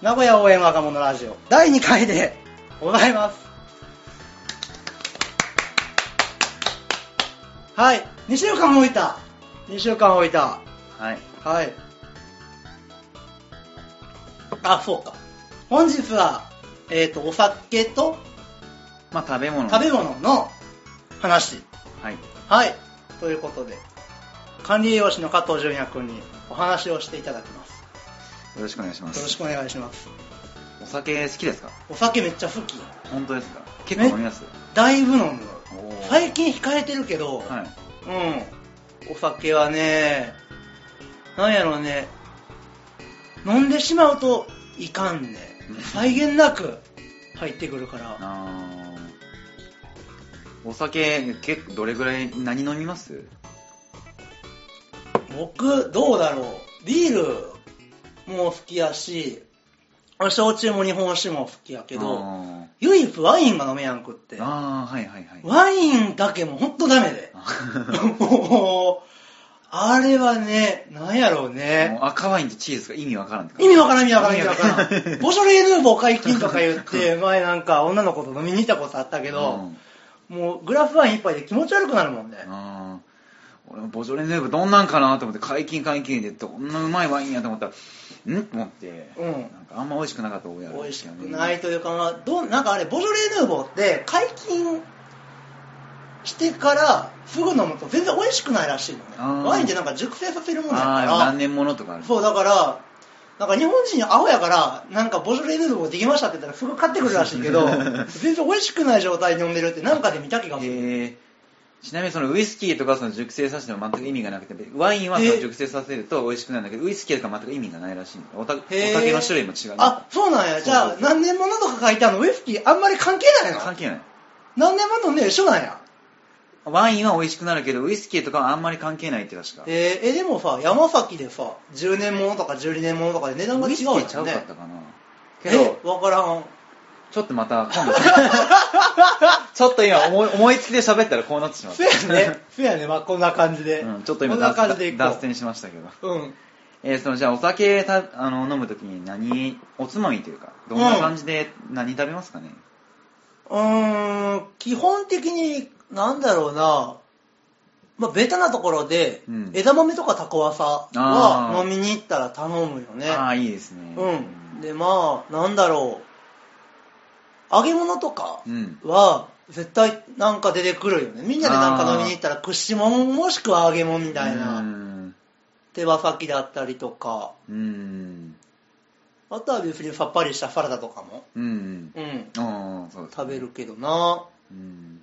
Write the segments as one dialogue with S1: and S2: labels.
S1: 名古屋応援若者ラジオ第2回でございますはい2週間置いた2週間置いた
S2: はい。
S1: はいあそうか本日はえっ、とお酒と
S2: まあ食べ物。
S1: 食べ物の話
S2: はい。
S1: はいということで管理栄養士の加藤純也君にお話をしていただきます
S2: よろしくお願いします。
S1: よろしくお願いします
S2: お酒好きですか
S1: お酒めっちゃ好き
S2: 本当ですか結構飲みます
S1: だいぶ飲む
S2: おー
S1: 最近控えてるけど、
S2: はい。
S1: うんお酒はねなんやろうね飲んでしまうといかんね
S2: うん
S1: 際限なく入ってくるから
S2: あーお酒、結構どれぐらい、何飲みます
S1: 僕どうだろうビールも好きやし焼酎も日本酒も好きやけど
S2: あ
S1: 唯一ワインが飲めやんくって
S2: ーあー、はいはいはい。
S1: ワインだけもうほんとダメ でもうあれはねなんやろうね
S2: もう赤ワインとチーズが意味わからんって感
S1: 意
S2: じ
S1: 味わからん意味わからん意味わから ん。
S2: ボ
S1: ボショレーヌーボー解禁とか言って、前なんか女の子と飲みに行ったことあったけど、もうグラフワイン一杯で気持ち悪くなるもんね。
S2: あー俺もボジョレ・ヌーボーどんなんかなと思って解禁解禁でどんなうまいワインやと思ったらんと思って、
S1: うん
S2: なんかあんま美味しくなかった覚えあるん
S1: 美
S2: で
S1: 味し
S2: すよね
S1: くないというか、まあ、どうなんかあれ、ボジョレーヌーボーって解禁してからすぐ飲むと全然美味しくないらしいの
S2: あー
S1: ね。ワインってなんか熟成させるもんだ
S2: ああ
S1: か
S2: 何
S1: ら、
S2: 年ものとかある
S1: そうだから、なんか日本人青やから、なんかボジョレーヌーボーできましたって言ったらすぐ買ってくるらしいけ ど、全然美味しくない状態で飲んでるってなんかで見た気がする。
S2: へえちなみにそのウイスキーとかその熟成させても全く意味がなくてワインはその
S1: へえ
S2: 熟成させると美味しくなるんだけどウイスキーとか全く意味がないらしいんだおたお
S1: へー
S2: 酒の種類も違う
S1: あ、そうなんや。じゃ
S2: そ
S1: あ
S2: う、そう
S1: 何年ものとか書いてあるの、ウイスキーあんまり関係ないの
S2: 関係ない
S1: 何年ものね、一緒なんや。
S2: ワインは美味しくなるけどウイスキーとかはあんまり関係ないって確か
S1: えー、えでもさ、山崎でさ、10年ものとか12年ものとかで値段が
S2: ウ
S1: 違
S2: イ
S1: う
S2: スキ
S1: よね
S2: ー。ちゃうかったかなけど
S1: え、わからん。
S2: ちょっとまた今度ちょっと今思い思いつきで喋ったらこうなってしまっ
S1: そ
S2: た
S1: うやね。 そうやね。まあ、こんな感じで。
S2: うん、ちょっと
S1: こ
S2: 今
S1: んな
S2: 脱
S1: 感じでいこう。
S2: 脱線しましたけど、
S1: うん。
S2: えー、そのじゃあお酒たあの飲むときに何おつまみというかどんな感じで何食べますかね、
S1: うーん、基本的に、なんだろうな、まあ、ベタなところで、
S2: うん
S1: 枝豆とかタコワサ
S2: あ
S1: は
S2: ー
S1: 飲みに行ったら頼むよね。
S2: ああいいですね
S1: うん。で、まあ、なんだろう。揚げ物とか
S2: うん
S1: は、絶対なんか出てくるよね。みんなでなんか飲みに行ったら、串もんもしくは揚げ物みたいうな。
S2: ん
S1: 手羽先だったりとか、
S2: うん
S1: あとは別にさっぱりしたサラダとかも、
S2: うん
S1: うん、
S2: ああそうです
S1: 食べるけどな。
S2: うん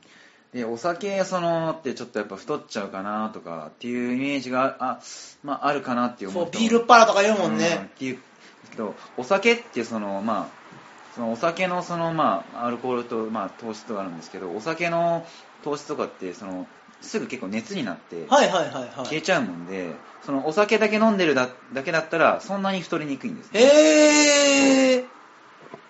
S2: でお酒そのってちょっとやっぱ太っちゃうかなとかっていうイメージがあ,、まあ、あるかなっていう
S1: そ
S2: 思
S1: う、ビールっ腹とか言うもん
S2: うんっ
S1: ね。
S2: ていうけどお酒ってそのまあそのお酒のそのまあアルコールとまあ糖質とかあるんですけどお酒の糖質とかってそのすぐ結構熱になって
S1: はいはいはいは
S2: 消え
S1: い。
S2: ちゃうもんで、そのお酒だけ飲んでるだだけだったらそんなに太りにくいんですね
S1: へー。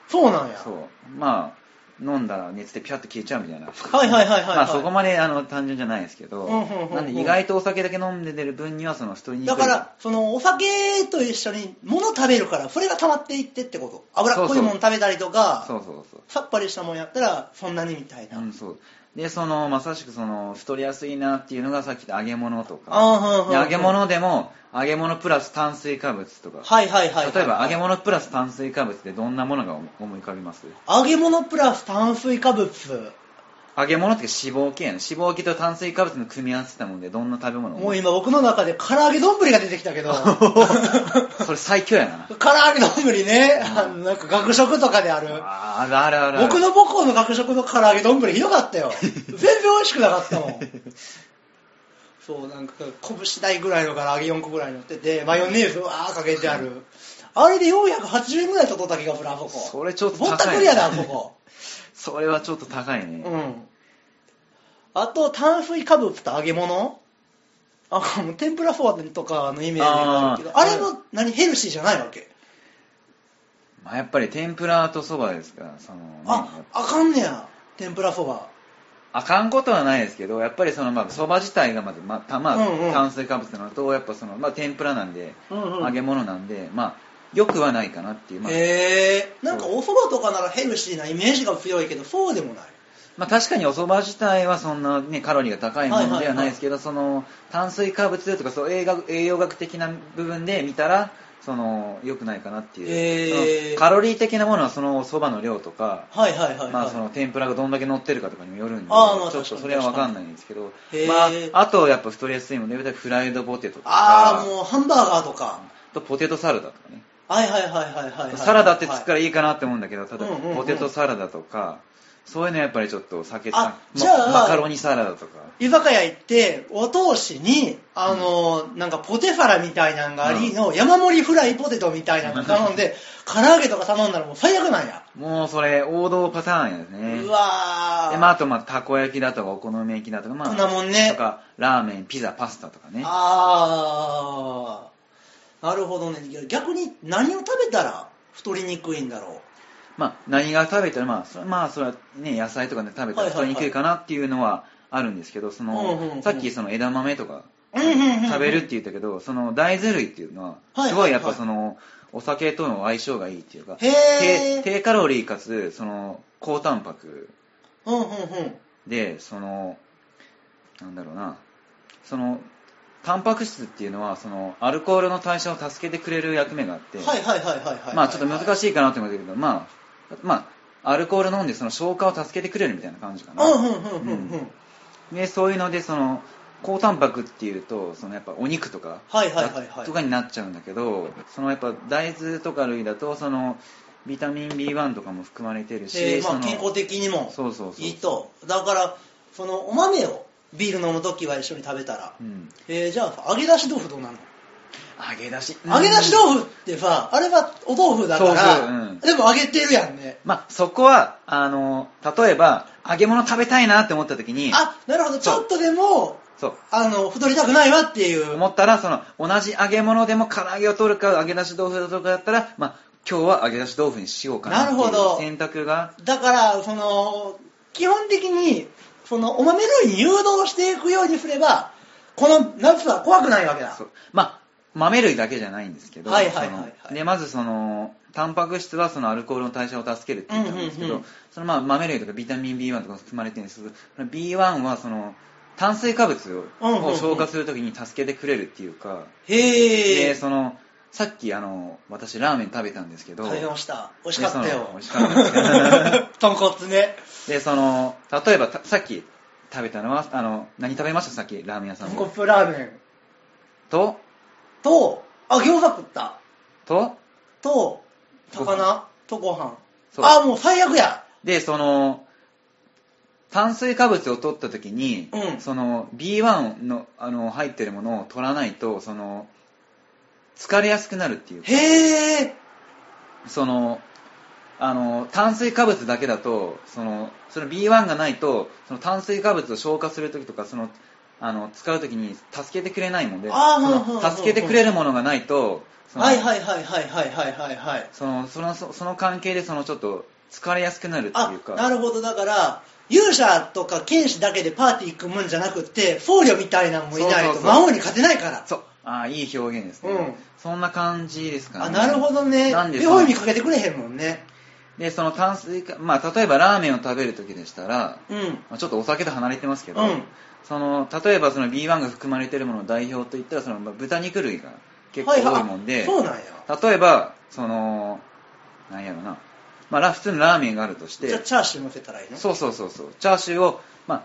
S1: そうなんや。
S2: そうまあ飲んだら熱でピャッと消えちゃうみたいな
S1: はいはいはいはいはい
S2: まあそこまであの単純じゃないですけど、
S1: うんうんうんうん
S2: なんで意外とお酒だけ飲んでる分にはその太りにくい
S1: だから、そのお酒と一緒に物食べるから、それが溜まっていってってこと。脂っこいもの食べたりとか、
S2: そうそうそう
S1: さっぱりしたもんやったらそんなにみたいな、
S2: うん、そうでそのまさしくその太りやすいなっていうのがさっきの揚げ物と
S1: あーはい
S2: か
S1: はい
S2: で
S1: はい
S2: 揚げ物でも揚げ物プラス炭水化物とか、
S1: はいはいはいはい
S2: 例えば揚げ物プラス炭水化物ってどんなものが思い浮かびます
S1: 揚げ物プラス炭水化物
S2: 揚げ物って脂肪系やね脂肪系と炭水化物の組み合わせたもんでどんな食べ物
S1: も
S2: 思
S1: う
S2: い
S1: 今僕の中で唐揚げ丼が出てきたけ ど
S2: それ最強やな
S1: 唐揚げ丼ね、あの なんか学食とかである
S2: あーあるあるある
S1: 僕の母校の学食の唐揚げ丼ひどかったよ全然美味しくなかった もんそうなんか拳大ぐらいの唐揚げ4個ぐらい乗っててマヨネーズわーかけてあるあれで480円ぐらい取った気がするあそこ
S2: それちょっと高い
S1: ぼったくりやなあそこ
S2: それはちょっと高いね、
S1: うん。あと、炭水化物と揚げ物あ、もう天ぷらフォアとかのイメージがあるけど、あ
S2: あー
S1: れも何ヘルシーじゃないわけ
S2: まあ、やっぱり天ぷらとそばですからその、ね、
S1: あ、あかんねや。天ぷらフォア。
S2: あかんことはないですけど、やっぱりそのまあそば自体がまずまあたまあ
S1: うんうん
S2: 炭水化物なのと、やっぱそのまあ天ぷらなんで、
S1: うんうん
S2: 揚げ物なんで、まあよくはないかなっていう、まあ
S1: へえなんかお蕎麦とかならヘルシーなイメージが強いけどそうでもない
S2: まあ、確かにお蕎麦自体はそんな、ね、カロリーが高いものではないですけど、その炭水化物とかそう栄学栄養学的な部分で見たらその良くないかなっていう、
S1: へー
S2: そのカロリー的なものはそのお蕎麦の量とか、
S1: はいはいはいはい、
S2: まあ、その天ぷらがどんだけ乗ってるかとかにもよるんで
S1: あーまあ
S2: ちょっとそれは分かんないんですけど
S1: 確、か
S2: ま
S1: にへー
S2: あ、あとやっぱ太りやすいものでフライドポテトと
S1: あ
S2: か
S1: あもうハンバーガーとか
S2: とポテトサラダとかね
S1: はいはいはいはいはい、はい、
S2: サラダってつくか
S1: はい
S2: らいいかなって思うんだけど、ただ、
S1: うんうんうん
S2: ポテトサラダとか、そういうのやっぱりちょっと避け
S1: あ
S2: ま
S1: じゃあ
S2: マカロニサラダとか。
S1: 居酒屋行ってお通しにあのー、なんかポテサラみたいなのがありの、山盛りフライポテトみたいなの頼んで唐揚げとか頼んだらもう最悪なんや、
S2: もうそれ、王道パターンやね。
S1: うわー
S2: で、まあ、あと、まあ、たこ焼きだとか、お好み焼きだとか、まあ、
S1: こんなもんね
S2: とか、ラーメン、ピザ、パスタとかね。
S1: ああなるほどね逆に何を食べたら太りにくいんだろ
S2: まあ、何が食べたら、まあ、それ,、まあ、それはね、野菜とかね、食べた
S1: はいはい
S2: ら
S1: は
S2: 太
S1: い
S2: りにくいかなっていうのはあるんですけど、そ
S1: うんうんうん
S2: の、さっきその枝豆とか、
S1: う、うんうんうん、
S2: 食べるって言ったけど、その大豆類っていうの
S1: は
S2: は、
S1: い
S2: すごいやっぱその、お酒との相性がいいっていうか、
S1: へー
S2: 低低カロリーかつ、その、高タンパク
S1: うんうんうん
S2: で、その、なんだろうな、その、タンパク質っていうのは、その、アルコールの代謝を助けてくれる役目があって、
S1: はいはいはいはいはい
S2: まあちょっと難
S1: い
S2: しいかなと思うけど、まあ、まあ、アルコール飲んでその消化を助けてくれるみたいな感じかな。
S1: うんうんうんうんうん、
S2: うんでそういうのでその高タンパクっていうとそのやっぱお肉とか、
S1: はいはいはいはい
S2: とかになっちゃうんだけどそのやっぱ大豆とか類だとそのビタミン B1 とかも含まれてるし、
S1: えーま
S2: そ
S1: あ、
S2: の
S1: 健康的にも
S2: そうそうそう
S1: いいとだからそのお豆をビール飲む時は一緒に食べたら、
S2: うん、
S1: えーじゃあ揚げ出し豆腐どうなの、
S2: 揚げ出し
S1: 揚げ出し豆腐ってさあれはお豆腐だか
S2: そうそう
S1: ら、
S2: うん
S1: でも揚げてるやんね
S2: まあそこはあの例えば揚げ物食べたいなって思った時に
S1: あなるほどちょっとでも
S2: そう
S1: あの太りたくないわっていう
S2: 思ったらその同じ揚げ物でも唐揚げを取るか揚げ出し豆腐とかだったらまあ今日は揚げ出し豆腐にしようかなってい
S1: なるほど
S2: う選択が
S1: だからその基本的にそのお豆類に誘導していくようにすればこの夏は怖くないわけだ
S2: そうまあ豆類だけじゃないんですけど、
S1: はいはいはいはい
S2: そのでまずそのタンパク質はそのアルコールの代謝を助けるって言ったんですけ
S1: う
S2: ど、
S1: んうんうん
S2: そのまあ豆類とかビタミン B1 とか含まれてるんですけどその B1 はその炭水化物を,、
S1: うんうんうん
S2: 消化するときに助けてくれるっていうか、
S1: へ
S2: で
S1: え
S2: そのさっきあの私ラーメン食べたんですけど
S1: 食べました美味しかった
S2: でそ
S1: よ
S2: の美味しかったで す
S1: 豚骨ね
S2: でその例えばたさっき食べたのはあの何食べましたさっきラーメン屋さ
S1: 豚
S2: んも
S1: 骨ラーメン
S2: と
S1: とあ餃子食った
S2: と
S1: と高菜とご飯
S2: そう
S1: あもう最悪や
S2: で、その、炭水化物を取った時に、
S1: うん
S2: その B1 のあの入ってるものを取らないと、その、疲れやすくなるっていうか、
S1: へえ
S2: その、あの、炭水化物だけだと、その、その B1 がないと、その炭水化物を消化する時とか、その、あの、使う時に助けてくれないもんで、
S1: あー
S2: そ
S1: はいはいはい
S2: の
S1: はい
S2: 助けてくれるものがないと、その
S1: はいはいはいはいはいはいはいはい
S2: その、その、そその関係で、そのちょっと、疲れやすくなるって
S1: あ
S2: いうか、
S1: なるほどだから勇者とか剣士だけでパーティー行くもんじゃなくって僧侶みたいなのもいない
S2: そうそ
S1: と
S2: うそう
S1: 魔王に勝てないから
S2: そう。ああ、いい表現ですね。
S1: うん
S2: そんな感じですかね。
S1: あなるほどね
S2: なんで
S1: 両
S2: そ
S1: 方
S2: の
S1: にかけてくれへんもんね
S2: で、その炭水化、まあ、例えばラーメンを食べるときでしたら、
S1: うん
S2: まあちょっとお酒と離れてますけど、
S1: うん
S2: その、例えばその B1 が含まれてるものの代表といったら、その、まあ豚肉類が結構
S1: はは
S2: 多いもんで、
S1: あそうなんや
S2: 例えば、その、なんやろな、まあ、ラ普通のラーメンがあるとし
S1: じゃあ
S2: て、
S1: チャーシュー乗せたらいいの
S2: そうそうそうそう、チャーシューを、まあ、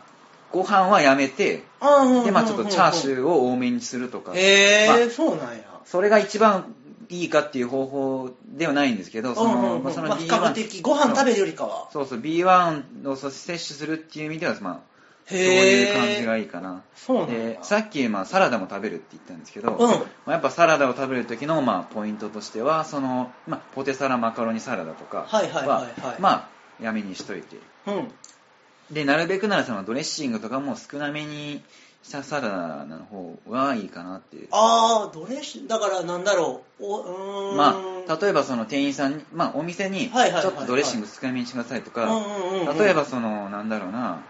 S2: ご飯はやめて、
S1: あうんうんうんうん
S2: で、まあ、ちょっとチャーシューを多めにするとか、
S1: へえ
S2: まあ
S1: そうなんや
S2: それが一番いいかっていう方法ではないんですけど、そ
S1: うんうん
S2: の、
S1: うんま
S2: ま
S1: あ
S2: あその
S1: 比較的ご飯食べるよりかは
S2: そうそう、B1 をそう摂取するっていう意味では、まあ、そう
S1: へ
S2: い
S1: え
S2: う感じがいいかな。
S1: そうなん
S2: で
S1: や、
S2: さっき、まあ、サラダも食べるって言ったんですけど、
S1: うん
S2: まあ、やっぱサラダを食べる時の、まあ、ポイントとしては、その、まあ、ポテサラ、マカロニサラダとか
S1: はいはいはいはい
S2: まあ、やめにしといて。
S1: うん
S2: で、なるべくなら、その、ドレッシングとかも少なめにしたサラダの方がいいかなっていう。
S1: ああどれしだからなんだろうおうーん
S2: まあ、例えばその店員さんに、まあ、お店にち
S1: はいはいはい
S2: ょ
S1: はい
S2: っとドレッシング少なめにしてくださいとか
S1: うんうんうんうん
S2: 例えばそのなんだろうな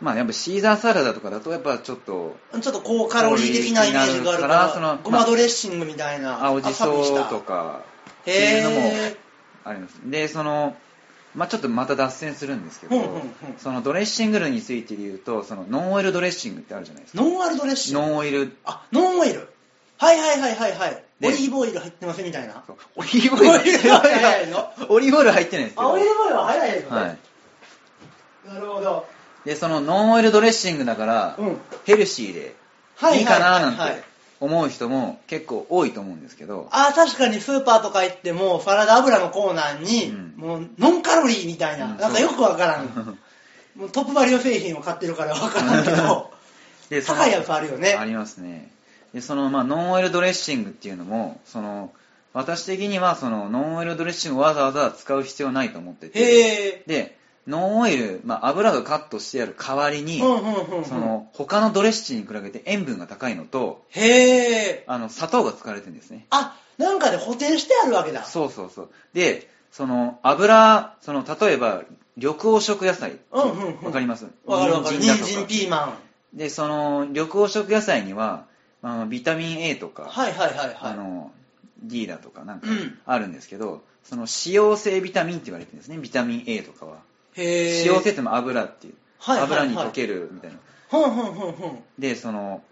S2: まあやっぱシーザーサラダとかだとやっぱちょっと
S1: ちょっと高カロリー的なイメージがあるから
S2: その
S1: ごまドレッシングみたいな
S2: 青じ
S1: あっさりし
S2: そ
S1: た
S2: とかっていうのも
S1: へー
S2: ありますでその、まあ、ちょっとまた脱線するんですけど、
S1: うんうんうん
S2: そのドレッシング類について言うとそのノンオイルドレッシングってあるじゃないですか
S1: ノンアルドレッシング
S2: ノンオイル
S1: あノンオイルはいはいはいはいはいオ
S2: で
S1: リーブオイル入ってませんみたいな
S2: そうオリーブオイル
S1: オリーブオイル入ってない
S2: オリーブオイル入ってないんですけど
S1: あオリーブオイルは早いですね、
S2: はい、
S1: なるほど
S2: でそのノンオイルドレッシングだから、
S1: うん
S2: ヘルシーで
S1: はいはい
S2: いいかな
S1: は
S2: ないん
S1: はい
S2: て思う人も結構多いと思うんですけど、
S1: あー確かにスーパーとか行ってもサラダ油のコーナーに、
S2: うん
S1: もうノンカロリーみたいな、
S2: うん
S1: なんかよくわからんもうトップバリュー製品を買ってるからわからんけど
S2: でその
S1: 高いやつあるよね
S2: ありますねでその、まあ、ノンオイルドレッシングっていうのもその私的にはそのノンオイルドレッシングをわざわざ使う必要ないと思ってて
S1: へえ
S2: でノンオイル、まあ、油がカットしてある代わりに、
S1: うんうんうんうん
S2: その他のドレッシングに比べて塩分が高いのと
S1: へえ
S2: あの砂糖が使われてるんですね
S1: あなんかで補填してあるわけだ
S2: そうそうそう。で、その油、その例えば緑黄色野菜、
S1: うんうんうん
S2: わかります
S1: わかるわかる人
S2: だとか
S1: 参ピーマン
S2: で、その緑黄色野菜には、あのビタミン A とか、
S1: はいはいはいはい
S2: あの D だとかなんか
S1: うん
S2: あるんですけど、その脂溶性ビタミンって言われてるんですね、ビタミン A とかは。
S1: へえ
S2: 脂溶性っても油っていう、
S1: はいはいはい
S2: 油に溶けるみたいな。
S1: ほんほんほんほん
S2: で、その、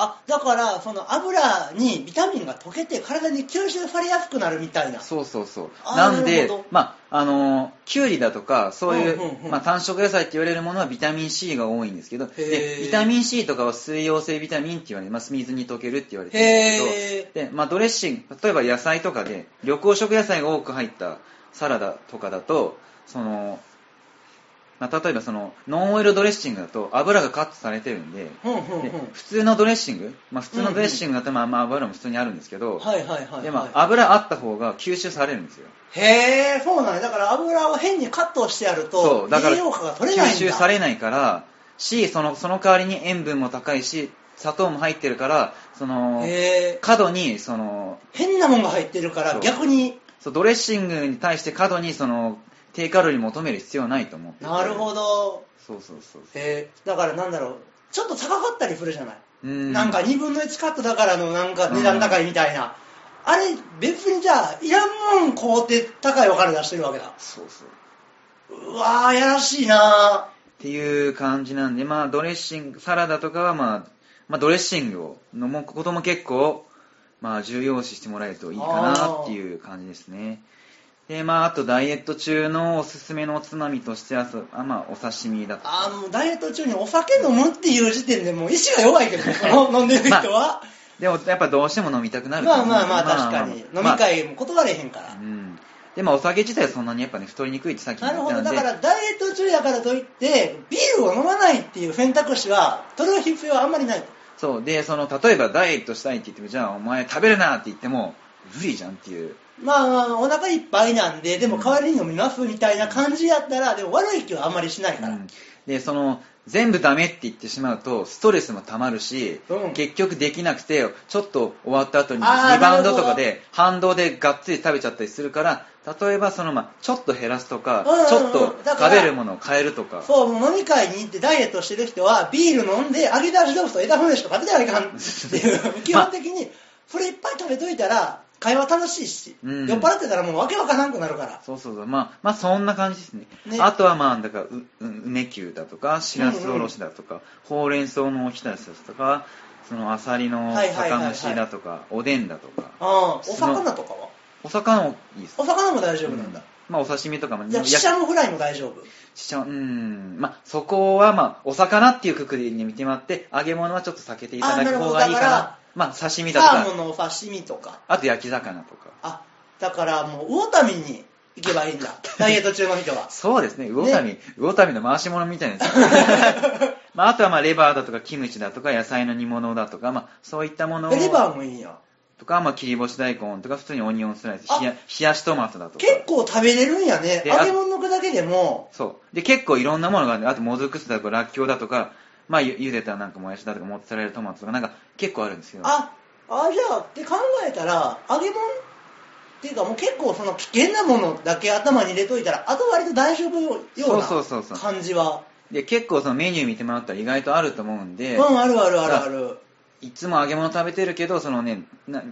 S1: あだからその油にビタミンが溶けて体に吸収されやすくなるみたいな
S2: そうそうそう
S1: あー
S2: なんで
S1: なるほど
S2: まああのキュウリだとかそうい
S1: う
S2: う,、
S1: んうんうん
S2: まあ、単色野菜って言われるものはビタミン C が多いんですけど
S1: へ
S2: で
S1: ー
S2: ビタミン C とかは水溶性ビタミンって言われて、まあ、水に溶けるって言われてるんですけどで、まあ、ドレッシング例えば野菜とかで緑黄色野菜が多く入ったサラダとかだとその、まあ、例えばそのノンオイルドレッシングだと油がカットされてるんで。
S1: ほんほん
S2: で
S1: ほん
S2: 普通のドレッシング、まあ、普通のドレッシングだとまあまあ油も普通にあるんですけど、
S1: はいはいはい、はい、
S2: でも油あった方が吸収されるんですよ
S1: へえそうなんやだから油を変にカットしてやると
S2: だから
S1: 栄養価が取れないんだ
S2: 吸収されないからしそのその代わりに塩分も高いし砂糖も入ってるからその
S1: へえ
S2: 過度にその
S1: 変なもんが入ってるから
S2: そう
S1: 逆に
S2: そうドレッシングに対して過度にその低カロリー求める必要はないと思ってて
S1: なるほど
S2: そうそうそう
S1: へえだからなんだろうちょっと高かったりするじゃない、
S2: うん
S1: なんか2分の1カットだからのなんか値段高いみたいな、あれ別にじゃあいらんもん買うて高いお金出してるわけだ
S2: そうそうっ
S1: うわーやらしいな
S2: ていう感じなんでまあドレッシングサラダとかはまあ、まあ、ドレッシングを飲むことも結構まあ重要視してもらえるといいかなっていう感じですねでまあ、あとダイエット中のおすすめのおつまみとしてはそあ、まあ、お刺身だとか
S1: あーもうダイエット中にお酒飲むっていう時点でもう意志が弱いけ どねこの飲んでる人は、
S2: でもやっぱどうしても飲みたくなると
S1: ま
S2: 思
S1: あ
S2: う
S1: まあまあ確かに、
S2: まあ
S1: 飲み会も断れへんから、
S2: まあうんでもお酒自体はそんなにやっぱね太りにくいってさっき言っ
S1: な
S2: て
S1: るほど
S2: たん
S1: だ
S2: で
S1: からダイエット中やからといってビールを飲まないっていう選択肢は取る必要はあんまりない
S2: そうでその例えばダイエットしたいって言ってもじゃあお前食べるなって言っても無理じゃんっていう
S1: まあまあお腹いっぱいなんででも代わりに飲みますみたいな感じやったらでも悪い気はあんまりしないから、
S2: うんでその全部ダメって言ってしまうとストレスもたまるし、
S1: うん
S2: 結局できなくてちょっと終わった後にリ
S1: あー
S2: バウンドとか
S1: な
S2: で反動でがっつり食べちゃったりするから例えばその、まあ、ちょっと減らすとか、
S1: うんうんうん
S2: ちょっと
S1: だか
S2: 食
S1: ら
S2: べるものを変えるとか
S1: そうもう飲み会に行ってダイエットしてる人はビール飲んで揚げ出し豆腐と枝豆しか食べてはいかんって いう 基本的にそれいっぱい食べといたら会話楽しいし、
S2: うん
S1: 酔っ払ってたらもう訳わからんくなるから
S2: そうそうそうまあまあそんな感じですね
S1: ね
S2: あとはまあだからうう梅球だとかしらすおろしだとか、ほうれん草のおひたしだとかそのあさりの
S1: はいはいはいはい
S2: 酒蒸しだとか、おでんだとか
S1: ああお
S2: その
S1: 魚とかは
S2: お魚もいいです
S1: お魚も大丈夫なんだ、
S2: まあお刺身とかも
S1: じゃあ
S2: や
S1: シシャモフライも大丈夫
S2: しちゃううんまあそこはまあお魚っていうくくりに見てもらって揚げ物はちょっと避けていただく方がいい
S1: あなるほどだ
S2: かな
S1: から
S2: まあ刺身だ
S1: サー
S2: と
S1: モン
S2: か
S1: のお刺身とか
S2: あと焼き魚とか
S1: あだからもう魚民に行けばいいんだダイエット中の人は
S2: そうですね魚民、魚民の回し物みたいですよ ねまああとはまあレバーだとかキムチだとか野菜の煮物だとかまあそういったものを
S1: レバーもいいんや
S2: とかまあ切り干し大根とか普通にオニオンスライス
S1: あ
S2: 冷や冷やしトマトだとか
S1: 結構食べれるんやね
S2: で
S1: 揚
S2: あ
S1: げ物だけでも
S2: そうで結構いろんなものがあるんであともずく酢だとからっきょうだとかまあゆ茹でたなんかもやしだとかモッツァレラトマトとかなんか結構あるんですよ
S1: ああじゃあって考えたら揚げ物っていうかもう結構その危険なものだけ頭に入れといたらあと割と大丈夫よう
S2: そうそうそうそ
S1: な
S2: う
S1: 感じは
S2: で結構そのメニュー見てもらったら意外とあると思うん
S1: う
S2: で、
S1: んあるあるあるある
S2: いつも揚げ物食べてるけどそのねな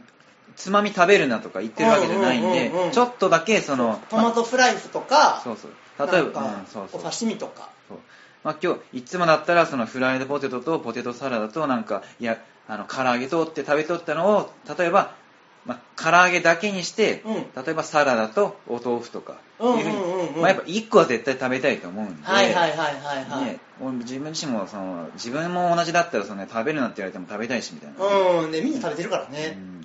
S2: つまみ食べるなとか言ってるわけじゃないん
S1: うんうんうんう
S2: で
S1: ん
S2: ちょっとだけその
S1: トマトスライスとか、
S2: そうそう例えば
S1: なんか
S2: うんそうそう
S1: お刺身とか。
S2: そうまあ、今日いつもだったらそのフライドポテトとポテトサラダとなんかいやあの唐揚げとって食べとったのを例えば、まあ、唐揚げだけにして、
S1: う
S2: 例えばサラダとお豆腐とか
S1: うんうん
S2: いうふに
S1: うんうん
S2: まあ、やっぱ1個は絶対食べたいと思うんで。
S1: はいはいはいはいはい。
S2: ね、俺自分自身もその自分も同じだったらその、ね、食べるなって言われても食べたいしみたいな、
S1: うん、ね、みんな食べてるからね。
S2: うん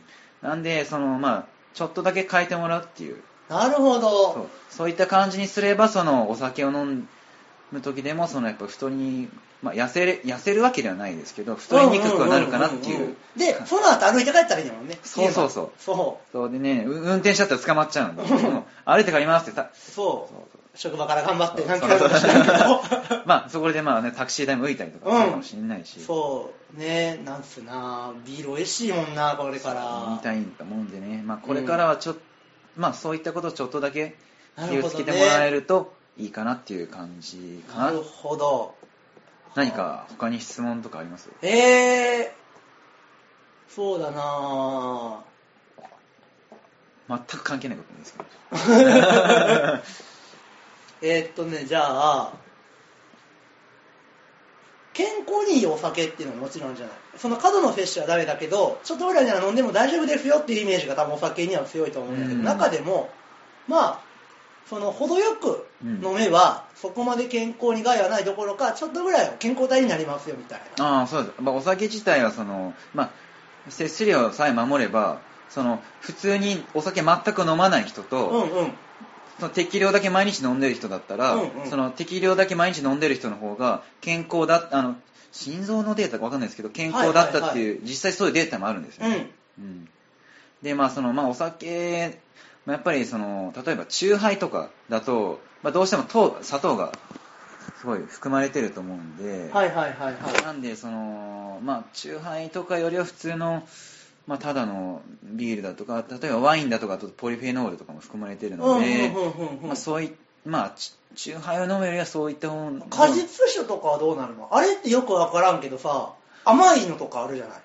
S2: なんでその、まあ、ちょっとだけ変えてもらうっていう
S1: なるほ
S2: そう
S1: ど。
S2: そういった感じにすればそのお酒を飲む時でもそのやっぱ太りに、まあ、痩せる痩せるわけではないですけど太りにくくはなるかなってい
S1: んんん
S2: うん
S1: んで、その後歩いて帰ったらいいんだもんね。
S2: そうそうそう
S1: そう。
S2: そうでねう運転しちゃったら捕まっちゃうんで
S1: うん
S2: でも歩いて帰りますってさ
S1: そう
S2: そうそう
S1: 職場から頑張って、なんか
S2: そ
S1: や
S2: う
S1: るかもしれないけど。
S2: まあそこでまあねタクシー代も浮いたりとかするかもしれない し、
S1: そう、ね、なんすな、ビール美味しいもんな、これから。
S2: みたいんだもんでね、まあ、これからはちょっと、まあそういったことをちょっとだけ気をつけてもらえるといいかなっていう感じか
S1: な
S2: な
S1: るほど。
S2: 何か他に質問とかあります
S1: えー、そうだな
S2: 全く関係ないことなんですけど
S1: えーっとね、じゃあ、健康にいいお酒っていうのはもちろんあるじゃない。その過度の摂取はダメだけど、ちょっとぐらいなら飲んでも大丈夫ですよっていうイメージが多分お酒には強いと思うんだけど、
S2: うん
S1: 中でも、まあ、その程よく
S2: うん
S1: 飲めば、そこまで健康に害はないどころか、ちょっとぐらいは健康体になりますよみたいな。
S2: ああそうです、まあ、お酒自体はその、まあ、摂取量さえ守ればその普通にお酒全く飲まない人と、
S1: うんうん。
S2: その適量だけ毎日飲んでる人だったら、
S1: うんうん
S2: その適量だけ毎日飲んでる人の方が健康だあの心臓のデータかわかんないですけど健康だったっていう、
S1: はい
S2: 実際そういうデータもあるんですよ、ねうんでまあそのまあお酒まあやっぱりその例えば酎ハイとかだと、まあ、どうしても糖砂糖がすごい含まれてると思うんで、
S1: はいはいはいはい。
S2: なんでそのまあ酎ハイとかよりは普通のまあ、ただのビールだとか例えばワインだとかあとポリフェノールとかも含まれてるので、
S1: うんうんうんうんうん
S2: まあ、そういまあチチューハイを飲むよりはそういったもの
S1: 果実酒とかはどうなるのあれってよくわからんけどさ甘いのとかあるじゃない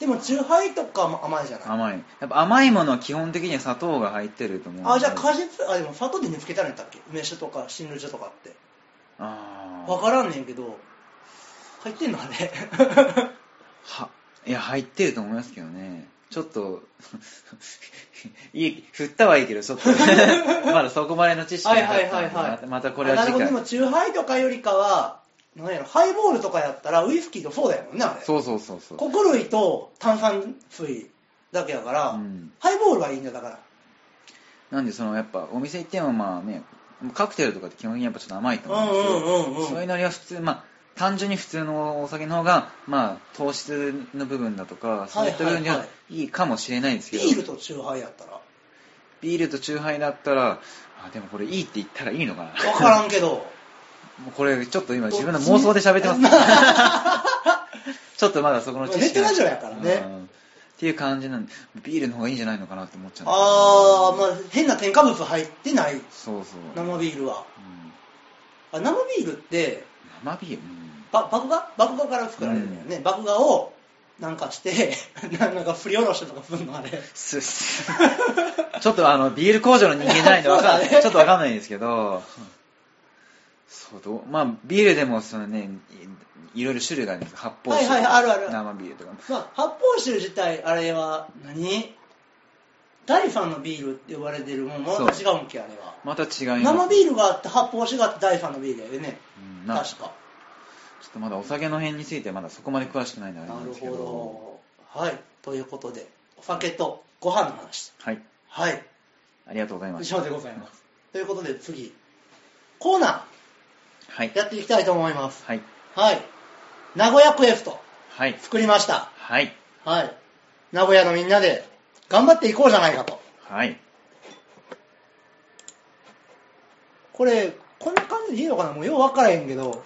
S1: でもチューハイとかも甘いじゃない
S2: 甘いやっぱ甘いものは基本的には砂糖が入ってると思うんで
S1: あじゃあ果実あでも砂糖で見つけたんやったっけ梅酒とか新緑酒とかって
S2: あー
S1: わからんねんけど入ってんのあれ
S2: はいや入ってると思いますけどねちょっと いい振ったはいいけどちょっと まだそこまでの知識が
S1: はい
S2: なか
S1: は
S2: っ
S1: い
S2: た
S1: はいは
S2: んでま
S1: い
S2: た またこれは
S1: あな
S2: 次
S1: るほどで
S2: 回
S1: もチューハイとかよりかはなんやろハイボールとかやったらウイスキーとそうだよねあれ
S2: そうそうそうそう
S1: 穀類と炭酸水だけやから、
S2: うん
S1: ハイボールはいいんだよだから
S2: なんでそのやっぱお店行ってもまあねカクテルとかって基本的にやっぱちょっと甘いと思うん
S1: うんうん
S2: です
S1: うん
S2: け
S1: う
S2: ど
S1: ん
S2: そういうのよりは普通まあ単純に普通のお酒の方がまあ糖質の部分だとかそういった部分で
S1: はい
S2: は
S1: はい
S2: いいかもしれないんですけ
S1: ビ
S2: ど、
S1: ールとチューハイやったら
S2: ビールとチューハイだったらあでもこれいいって言ったらいいのかな
S1: わ からんけど
S2: もうこれちょっと今自分の妄想で喋ってます ちょっとまだそこの知
S1: ネ
S2: 識
S1: ットラジオやからね
S2: うんっていう感じなんでビールの方がいいんじゃないのかなって思っちゃうんですよ
S1: ああ、まあ変な添加物入ってない
S2: そうそう、うん、
S1: 生ビールはあ生ビールって
S2: 生ビール、うん
S1: ば麦芽麦芽から作られるんだよね、麦芽をなんかして なんか振り下ろしたとかするのあれ
S2: すす ちょっとあのビール工場の人間じゃないんでわかん、
S1: そうだね
S2: ちょっとわかんないんですけどそうどうまあビールでもそのねいいろいろ種類があるんです発泡酒とか
S1: はいはいあるある
S2: 生ビールとかも
S1: まあ発泡酒自体あれは何第三のビールって呼ばれてるもんまた違うんけあれは
S2: また違います
S1: 生ビールがあって発泡酒があって第三のビールやでね、
S2: うんな
S1: 確か
S2: ちょっとまだお酒の辺についてはまだそこまで詳しくないんであれ
S1: な
S2: なん
S1: る
S2: ですけど
S1: ほどはいということでお酒とご飯の話
S2: はい
S1: はい
S2: ありがとうございま
S1: 以
S2: す
S1: 上でございます。ということで次、コーナ
S2: はい
S1: ーやっていきたいと思います。
S2: はい
S1: はい。名古屋クエスト
S2: はい
S1: 作りました。
S2: はい
S1: はい。名古屋のみんなで頑張っていこうじゃないかと。
S2: はい
S1: これ、こんな感じでいいのかなもうよう分からへんけど、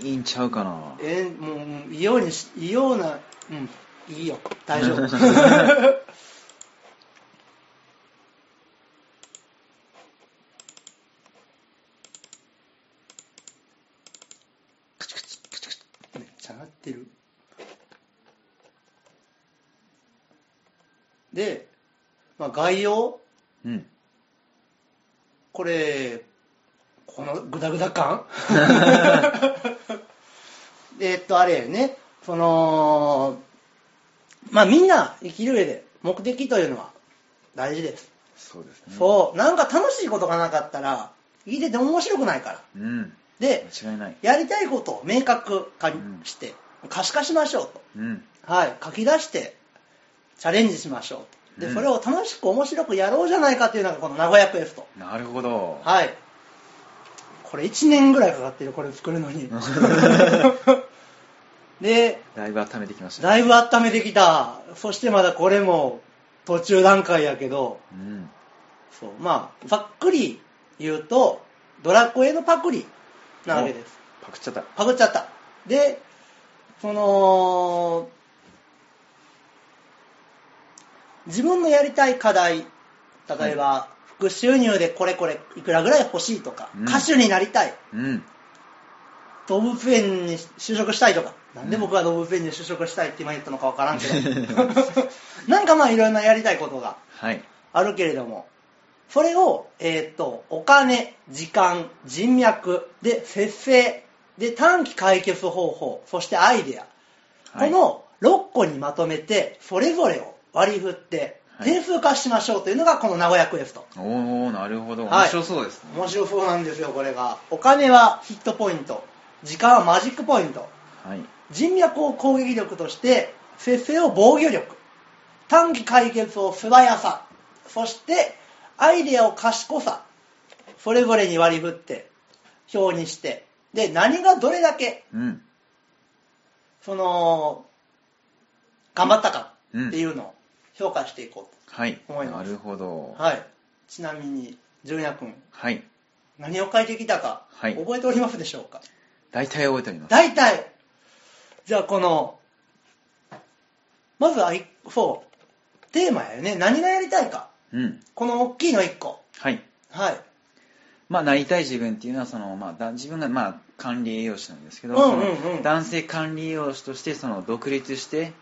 S2: いいんちゃうかな
S1: えーもうもう、いいようにし、いいような、うん、いいよ。大丈夫。
S2: カチカチカチカチ
S1: めっちゃなってる。で、まあ、概要
S2: うん。
S1: これこのグダグダ 感えっとあれやねそのまあみんな生きる上で目的というのは大事です、
S2: そうですね。
S1: そうなんか楽しいことがなかったら生きてて面白くないから
S2: う。うん。
S1: で
S2: 間違いない。
S1: やりたいことを明確化にして、可視化しましょうと
S2: うん。
S1: はい、書き出してチャレンジしましょうで、
S2: うん
S1: それを楽しく面白くやろうじゃないかというのがこの名古屋クエスト
S2: なるほど。
S1: はいこれ1年ぐらいかかってるこれ作るの にで
S2: だいぶ温めてきました。
S1: だいぶ温めてきたそしてまだこれも途中段階やけど
S2: うん。
S1: そうまあざっくり言うとドラクエのパクリなわけです
S2: パクっちゃった。
S1: パクっちゃった。で、その、自分のやりたい課題、例えば、副収入でこれこれいくらぐらい欲しいとか、
S2: うん
S1: 歌手になりたい、
S2: うん。
S1: 動物園に就職したいとか、なんで僕は動物園に就職したいって今言ったのかわからんけど、 なんかまあいろんなやりたいことが
S2: はい。
S1: あるけれども、それを、えーっと、お金、時間、人脈、で、節制、で、短期解決方法、そしてアイデア、
S2: はい
S1: この6個にまとめて、それぞれを割り振って、
S2: はい
S1: 点数化しましょうというのが、この名古屋クエスト。
S2: おー、なるほど。
S1: はい
S2: 面白そうですね。
S1: 面白そうなんですよ、これが。お金はヒットポイント、時間はマジックポイント、
S2: はい。
S1: 人脈を攻撃力として節制を防御力短期解決を素早さそしてアイデアを賢さそれぞれに割り振って表にしてで何がどれだけ
S2: うん。
S1: その頑張ったかっていうのを評価していこ
S2: はい。
S1: 思いま
S2: な
S1: す
S2: るほ
S1: うと、
S2: ど。
S1: はい、ちなみに純也君
S2: はい。
S1: 何を書いてきたか
S2: はい
S1: 覚えておりますでしょうか、
S2: 大体覚えております。
S1: 大体じゃあこのまずはそうテーマやよね何がやりたいか
S2: うん。
S1: この大きいの1個
S2: はい。
S1: はい
S2: まあ、なりたい自分っていうのはその、まあだ、自分が、まあ、管理栄養士なんですけど、
S1: うん
S2: その
S1: うんうん
S2: 男性管理栄養士としてその独立して、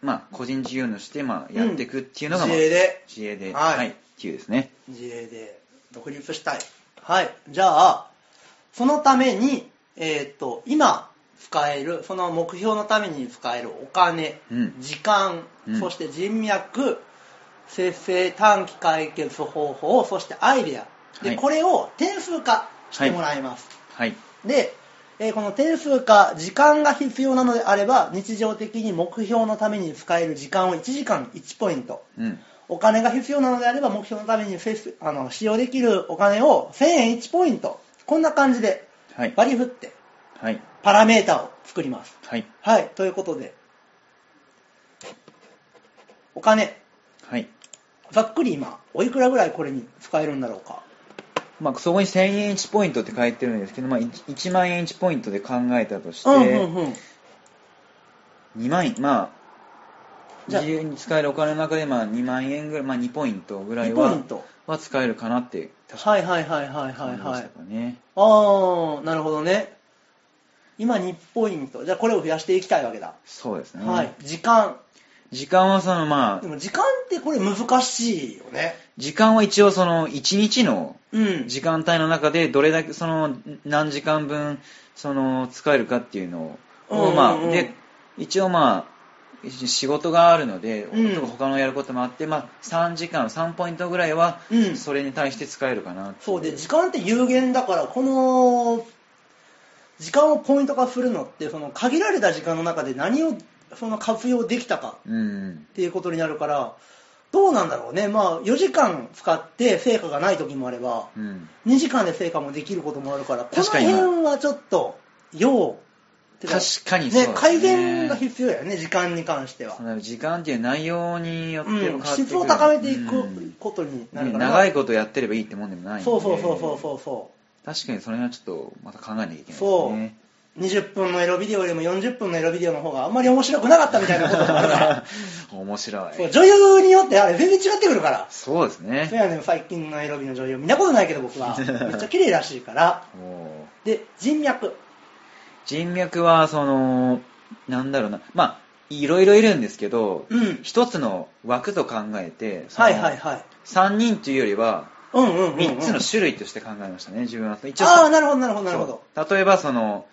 S2: まあ、個人事業主として、まあ、やっていくっていうのが、まあ
S1: 自営で
S2: 自営で、
S1: はい
S2: はい、っていうですね。
S1: 自営で独立したいはいじゃあそのためにえーっと今使えるその目標のために使えるお金、
S2: うん
S1: 時間、
S2: うん
S1: そして人脈節制短期解決方法そしてアイデアで、
S2: はい
S1: これを点数化してもらいます、
S2: はい。
S1: で、えーこの点数か時間が必要なのであれば日常的に目標のために使える時間を1時間1ポイント
S2: うん。
S1: お金が必要なのであれば目標のためにせすあの使用できるお金を1000円1ポイントこんな感じで
S2: はい。
S1: 割り振って
S2: はい。
S1: パラメータを作ります
S2: はい。
S1: はいということでお金
S2: はい。
S1: ざっくり今おいくらぐらいこれに使えるんだろうか
S2: まあ、そこに1000円1ポイントって書いてるんですけど、まあ、1, 1万円1ポイントで考えたとして、
S1: うんうんうん
S2: 2万円、まあ、
S1: じゃあ
S2: 自由に使えるお金の中で、まあ、2万円ぐらい、まあ、2ポイントぐらい
S1: 2ポイ
S2: は
S1: ント
S2: は使えるかなって、
S1: はいはいはいはい
S2: 思
S1: はい
S2: ま
S1: は
S2: し
S1: い
S2: たかね。
S1: ああ、なるほどね。今2ポイント。じゃあこれを増やしていきたいわけだ。
S2: そうですね。
S1: はい。時間。
S2: 時間はその、ま
S1: で
S2: あ、
S1: も時間ってこれ難しいよね。
S2: 時間は一応その、1日の
S1: うん。
S2: 時間帯の中で、どれだけ、その、何時間分、その、使えるかっていうの
S1: うんうんう
S2: を、
S1: ん
S2: まあ、で、一応まあ、仕事があるので、
S1: うん
S2: 他のやることもあって、まあ、3時間、3ポイントぐらいは
S1: う、ん
S2: それに対して使えるかなってい
S1: そうで、時間って有限だから、この、時間をポイント化するのって、その限られた時間の中で何をその活用できたか
S2: うん。
S1: っていうことになるから、どうなんだろうね。まあ、4時間使って成果がない時もあれば、
S2: うん。
S1: 2時間で成果もできることもあるから、この
S2: 確かに
S1: 辺はちょっと、要ってか
S2: 確かにそうです
S1: ね
S2: ね。
S1: 改善が必要だよね、時間に関しては
S2: そ。の時間っていう内容によっても変
S1: う
S2: わ
S1: ん、
S2: ってくる、
S1: 質を高めてい
S2: う
S1: く
S2: ん
S1: ことにな
S2: ね
S1: るから、
S2: 長いことやってればいいってもんでもないんで
S1: そうそうそうそうそうそ
S2: 確かにそれはちょっとまた考えなきゃいけないです
S1: そ
S2: ね
S1: う20分のエロビデオよりも40分のエロビデオの方があんまり面白くなかったみたいなこともあるから
S2: 面白い
S1: そう女優によってあれ全然違ってくるから
S2: そうです
S1: そ
S2: ね
S1: やねん最近のエロビの女優見たことないけど僕 はめっちゃ綺麗らしいから
S2: もう
S1: で人脈
S2: 人脈はそのなんだろうなまあいろいろいるんですけど、
S1: うん。
S2: 一つの枠と考えて、その
S1: はいはいはい。
S2: 3人というよりは、
S1: うんうんうん、うん。
S2: 3つの種類として考えましたね、自分は。一応
S1: ああ、なるほどなるほどなるほど。
S2: そう例えば、その、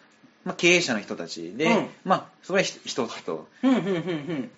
S2: まあ、経営者の人たちで、
S1: うん
S2: まあ、それはひ一つと。
S1: うんうんうんうん。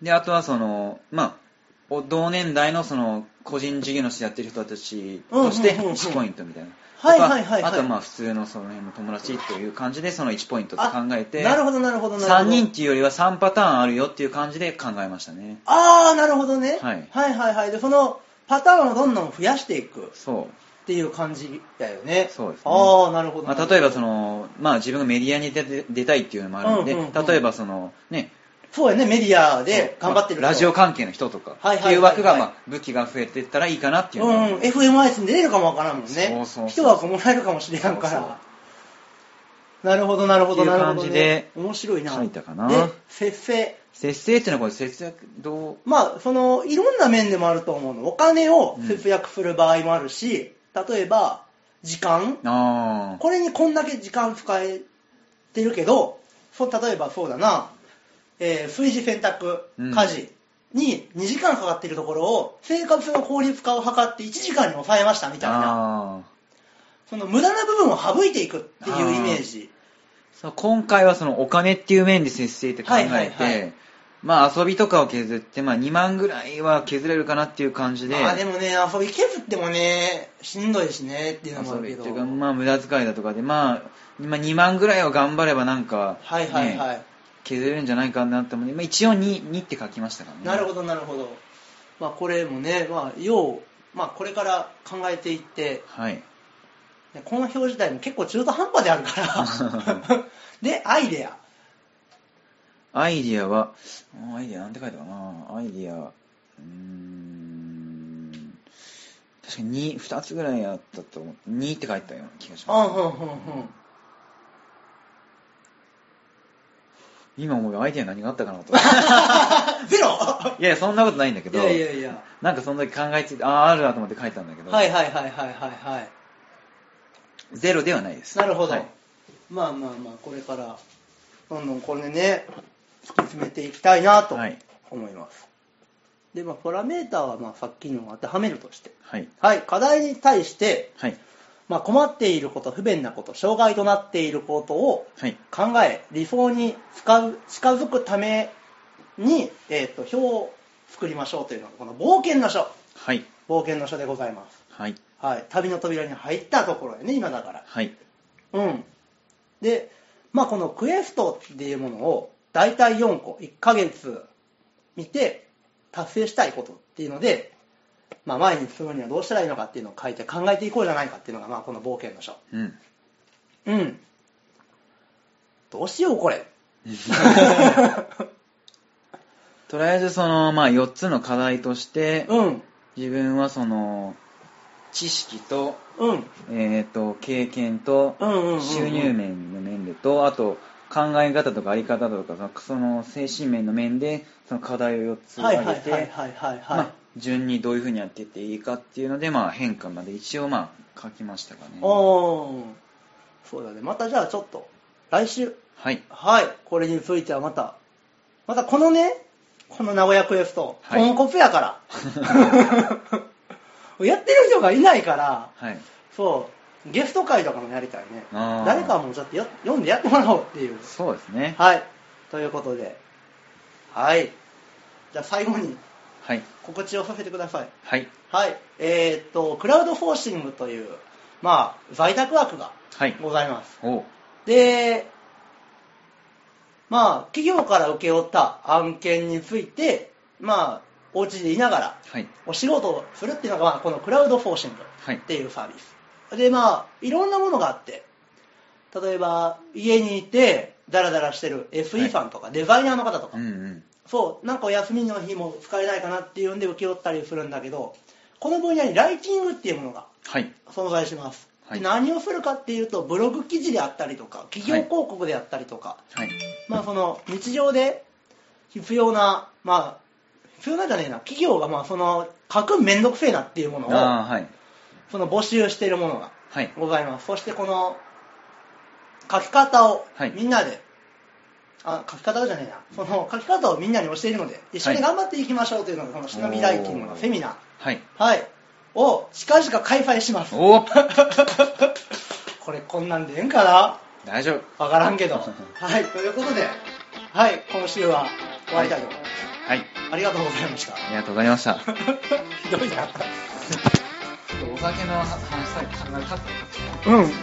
S2: で、あとは、その、まあ、お同年代のその個人事業主やってる人たちとして
S1: うんうんうんうん
S2: 1ポイントみたいな。
S1: はいはいはいはい
S2: とかあとはまあ普通のその辺の友達という感じでその1ポイントと考えて、
S1: あなるほどなるほどなるほど。
S2: 3人っていうよりは3パターンあるよっていう感じで考えましたね。
S1: ああ、なるほどね。
S2: はい
S1: はいはいはいで、そのパターンをどんどん増やしていくっ
S2: そ
S1: ていう感じだよね。
S2: そうですね
S1: ああ、なるほ
S2: う。
S1: ど。
S2: まあ、例えばそ、の、まあ自分がメディアに出て出たいっていうのもあるので、
S1: うんうんうん
S2: 例えばその、ね、
S1: そうやね、メディアで頑張ってる人。
S2: ラジオ関係の人とか、
S1: はいはいはいはい
S2: っていう枠が、まあ、武器が増えていったらいいかなっていう
S1: う
S2: のが、
S1: ん、FMIS に出れるかもわからんもんね。
S2: そうそうそう
S1: 一枠もらえるかもしれんから。
S2: そうそう
S1: なるほど、なるほど、
S2: ってい
S1: な
S2: う
S1: るほ
S2: 感
S1: ど、
S2: じ
S1: ね
S2: で。
S1: 面白いな。
S2: 書いたかな
S1: で、節制。
S2: 節制っていうのはこれ節約、どう、
S1: まあ、その、いろんな面でもあると思うの。お金を節約する場合もあるし、例えば、時間。
S2: ああ、
S1: これにこんだけ時間使えてるけど、そう例えばそうだな、えー、炊事洗濯
S2: うん
S1: 家事に2時間かかってるところを生活の効率化を図って1時間に抑えましたみたいな、
S2: ああ。
S1: その無駄な部分を省いていくっていうイメージ。
S2: そう今回はそのお金っていう面で節制って考えて、
S1: はいはいはい
S2: まあ遊びとかを削って、まあ2万ぐらいは削れるかなっていう感じで、
S1: まあでもね、遊び削ってもね、しんどいしねっていうのもあ
S2: 遊
S1: る
S2: び
S1: け
S2: っ
S1: ど。
S2: ていうか、まあ無駄遣いだとかで、まあ、まあ2万ぐらいは頑張ればなんか、
S1: はいはいはい。
S2: ね削れるんじゃないかなって思って、まあ、一応 2, 2って書きましたからね。
S1: なるほどなるほど。まあこれもね、まあ要、まあこれから考えていって、
S2: はい。
S1: でこの表自体も結構中途半端であるから でアイデア
S2: アイディアは、あーアイディアなんて書いたかなアイディア、うーん、確かに 2, 2つぐらいあったと思って、2って書いてたような気がし
S1: うん
S2: ま
S1: う
S2: す。
S1: んうんうん
S2: 今思うアイディア何があったかなと。
S1: あゼロ
S2: いやいや、そんなことないんだけ
S1: い
S2: ど、
S1: やいやいや
S2: なんかその時考えついて、ああ、あるなと思って書いたんだけど、
S1: はいはいはいはいはいはい
S2: ゼロではないです。
S1: なるほど、
S2: はい
S1: まあまあまあこれからどんどんこれね突き詰めていきたいなと
S2: はい
S1: 思います、でまあパラメーターはまあさっきのを当てはめるとして
S2: はい。
S1: はい課題に対して、
S2: はい。
S1: まあ、困っていること不便なこと障害となっていることを
S2: はい。
S1: 考え理想に使う近づくために、えー、と表を作りましょうというのがこの冒険の書
S2: はい。
S1: 冒険の書でございます、
S2: はい。
S1: はい、旅の扉に入ったところやね今だから
S2: はい。
S1: うんで、まあ、このクエストっていうものを大体4個1ヶ月見て達成したいことっていうので、まあ、前に進むにはどうしたらいいのかっていうのを書いて考えていこうじゃないかっていうのが、まあ、この冒険の書
S2: うん。
S1: うんどうしようこれ
S2: とりあえず、その、まあ、4つの課題として、
S1: うん
S2: 自分はその、知識と、
S1: うん
S2: えっ、と、経験と、
S1: うんうんうんうん
S2: 収入面の面でと、あと、考え方とかあり方とか、そのその精神面の面で、その課題を4つ
S1: はい
S2: 挙
S1: はい
S2: げ
S1: はいはい
S2: て、
S1: はいはい、
S2: まあ、順にどういうふうにやっていっていいかっていうので、まあ、変化まで一応、まあ、書きましたかね。
S1: おーそうだねまたじゃあちょっと来週
S2: はい。
S1: はいこれについてはまたまたこのねこの名古屋クエスト、
S2: はい
S1: ポンコツやから やってる人がいないから
S2: はい。
S1: そうゲスト会とかもやりたいね
S2: あー
S1: 誰かもちょっとよ読んでやってもらおうっていう
S2: そうですね。
S1: はいということではいじゃあ最後に
S2: はい。
S1: 告知をさせてください
S2: はい。
S1: はい、えーっと、クラウドフォーシングという、まあ、在宅枠が
S2: はい。
S1: ございます。
S2: おう
S1: で、まあ、企業から請け負った案件について、まあ、お家でいながら
S2: はい。
S1: お仕事をするっていうのが、まあ、このクラウドフォーシン
S2: は
S1: グ
S2: い
S1: っていうサービス。で、まあ、いろんなものがあって、例えば、家にいて、ダラダラしてる
S2: は
S1: SE
S2: い
S1: さんとか、デザイナーの方とか
S2: うん、うん。
S1: そう、なんかお休みの日も使えないかなっていうんで請け負ったりするんだけど、この分野にライティングっていうものが
S2: はい。
S1: 存在します。
S2: はい
S1: 何をするかっていうと、ブログ記事であったりとか、企業広告であったりとか、
S2: はい。
S1: まあその日常で必要な、まあ、必要なじゃねえな、企業がまあその書くんめんどくせえなっていうもの
S2: あ
S1: を、
S2: あ、はい。
S1: その募集しているものが
S2: はい。
S1: ございます。そしてこの書き方を
S2: はい
S1: みんなであ書き方じゃねえなその書き方をみんなに教えるので一緒に頑張っていきましょうというのがこの忍び大金のセミナー
S2: はい。
S1: はいを近々開催します
S2: おお
S1: これこんなんでええんかな
S2: 大丈夫。
S1: わからんけ どはいということではい今週は終わりたいと思います、
S2: はい。
S1: ありがとうございました
S2: ありがとうございました。
S1: ひどいな
S2: お酒の話したくなかった。
S1: うん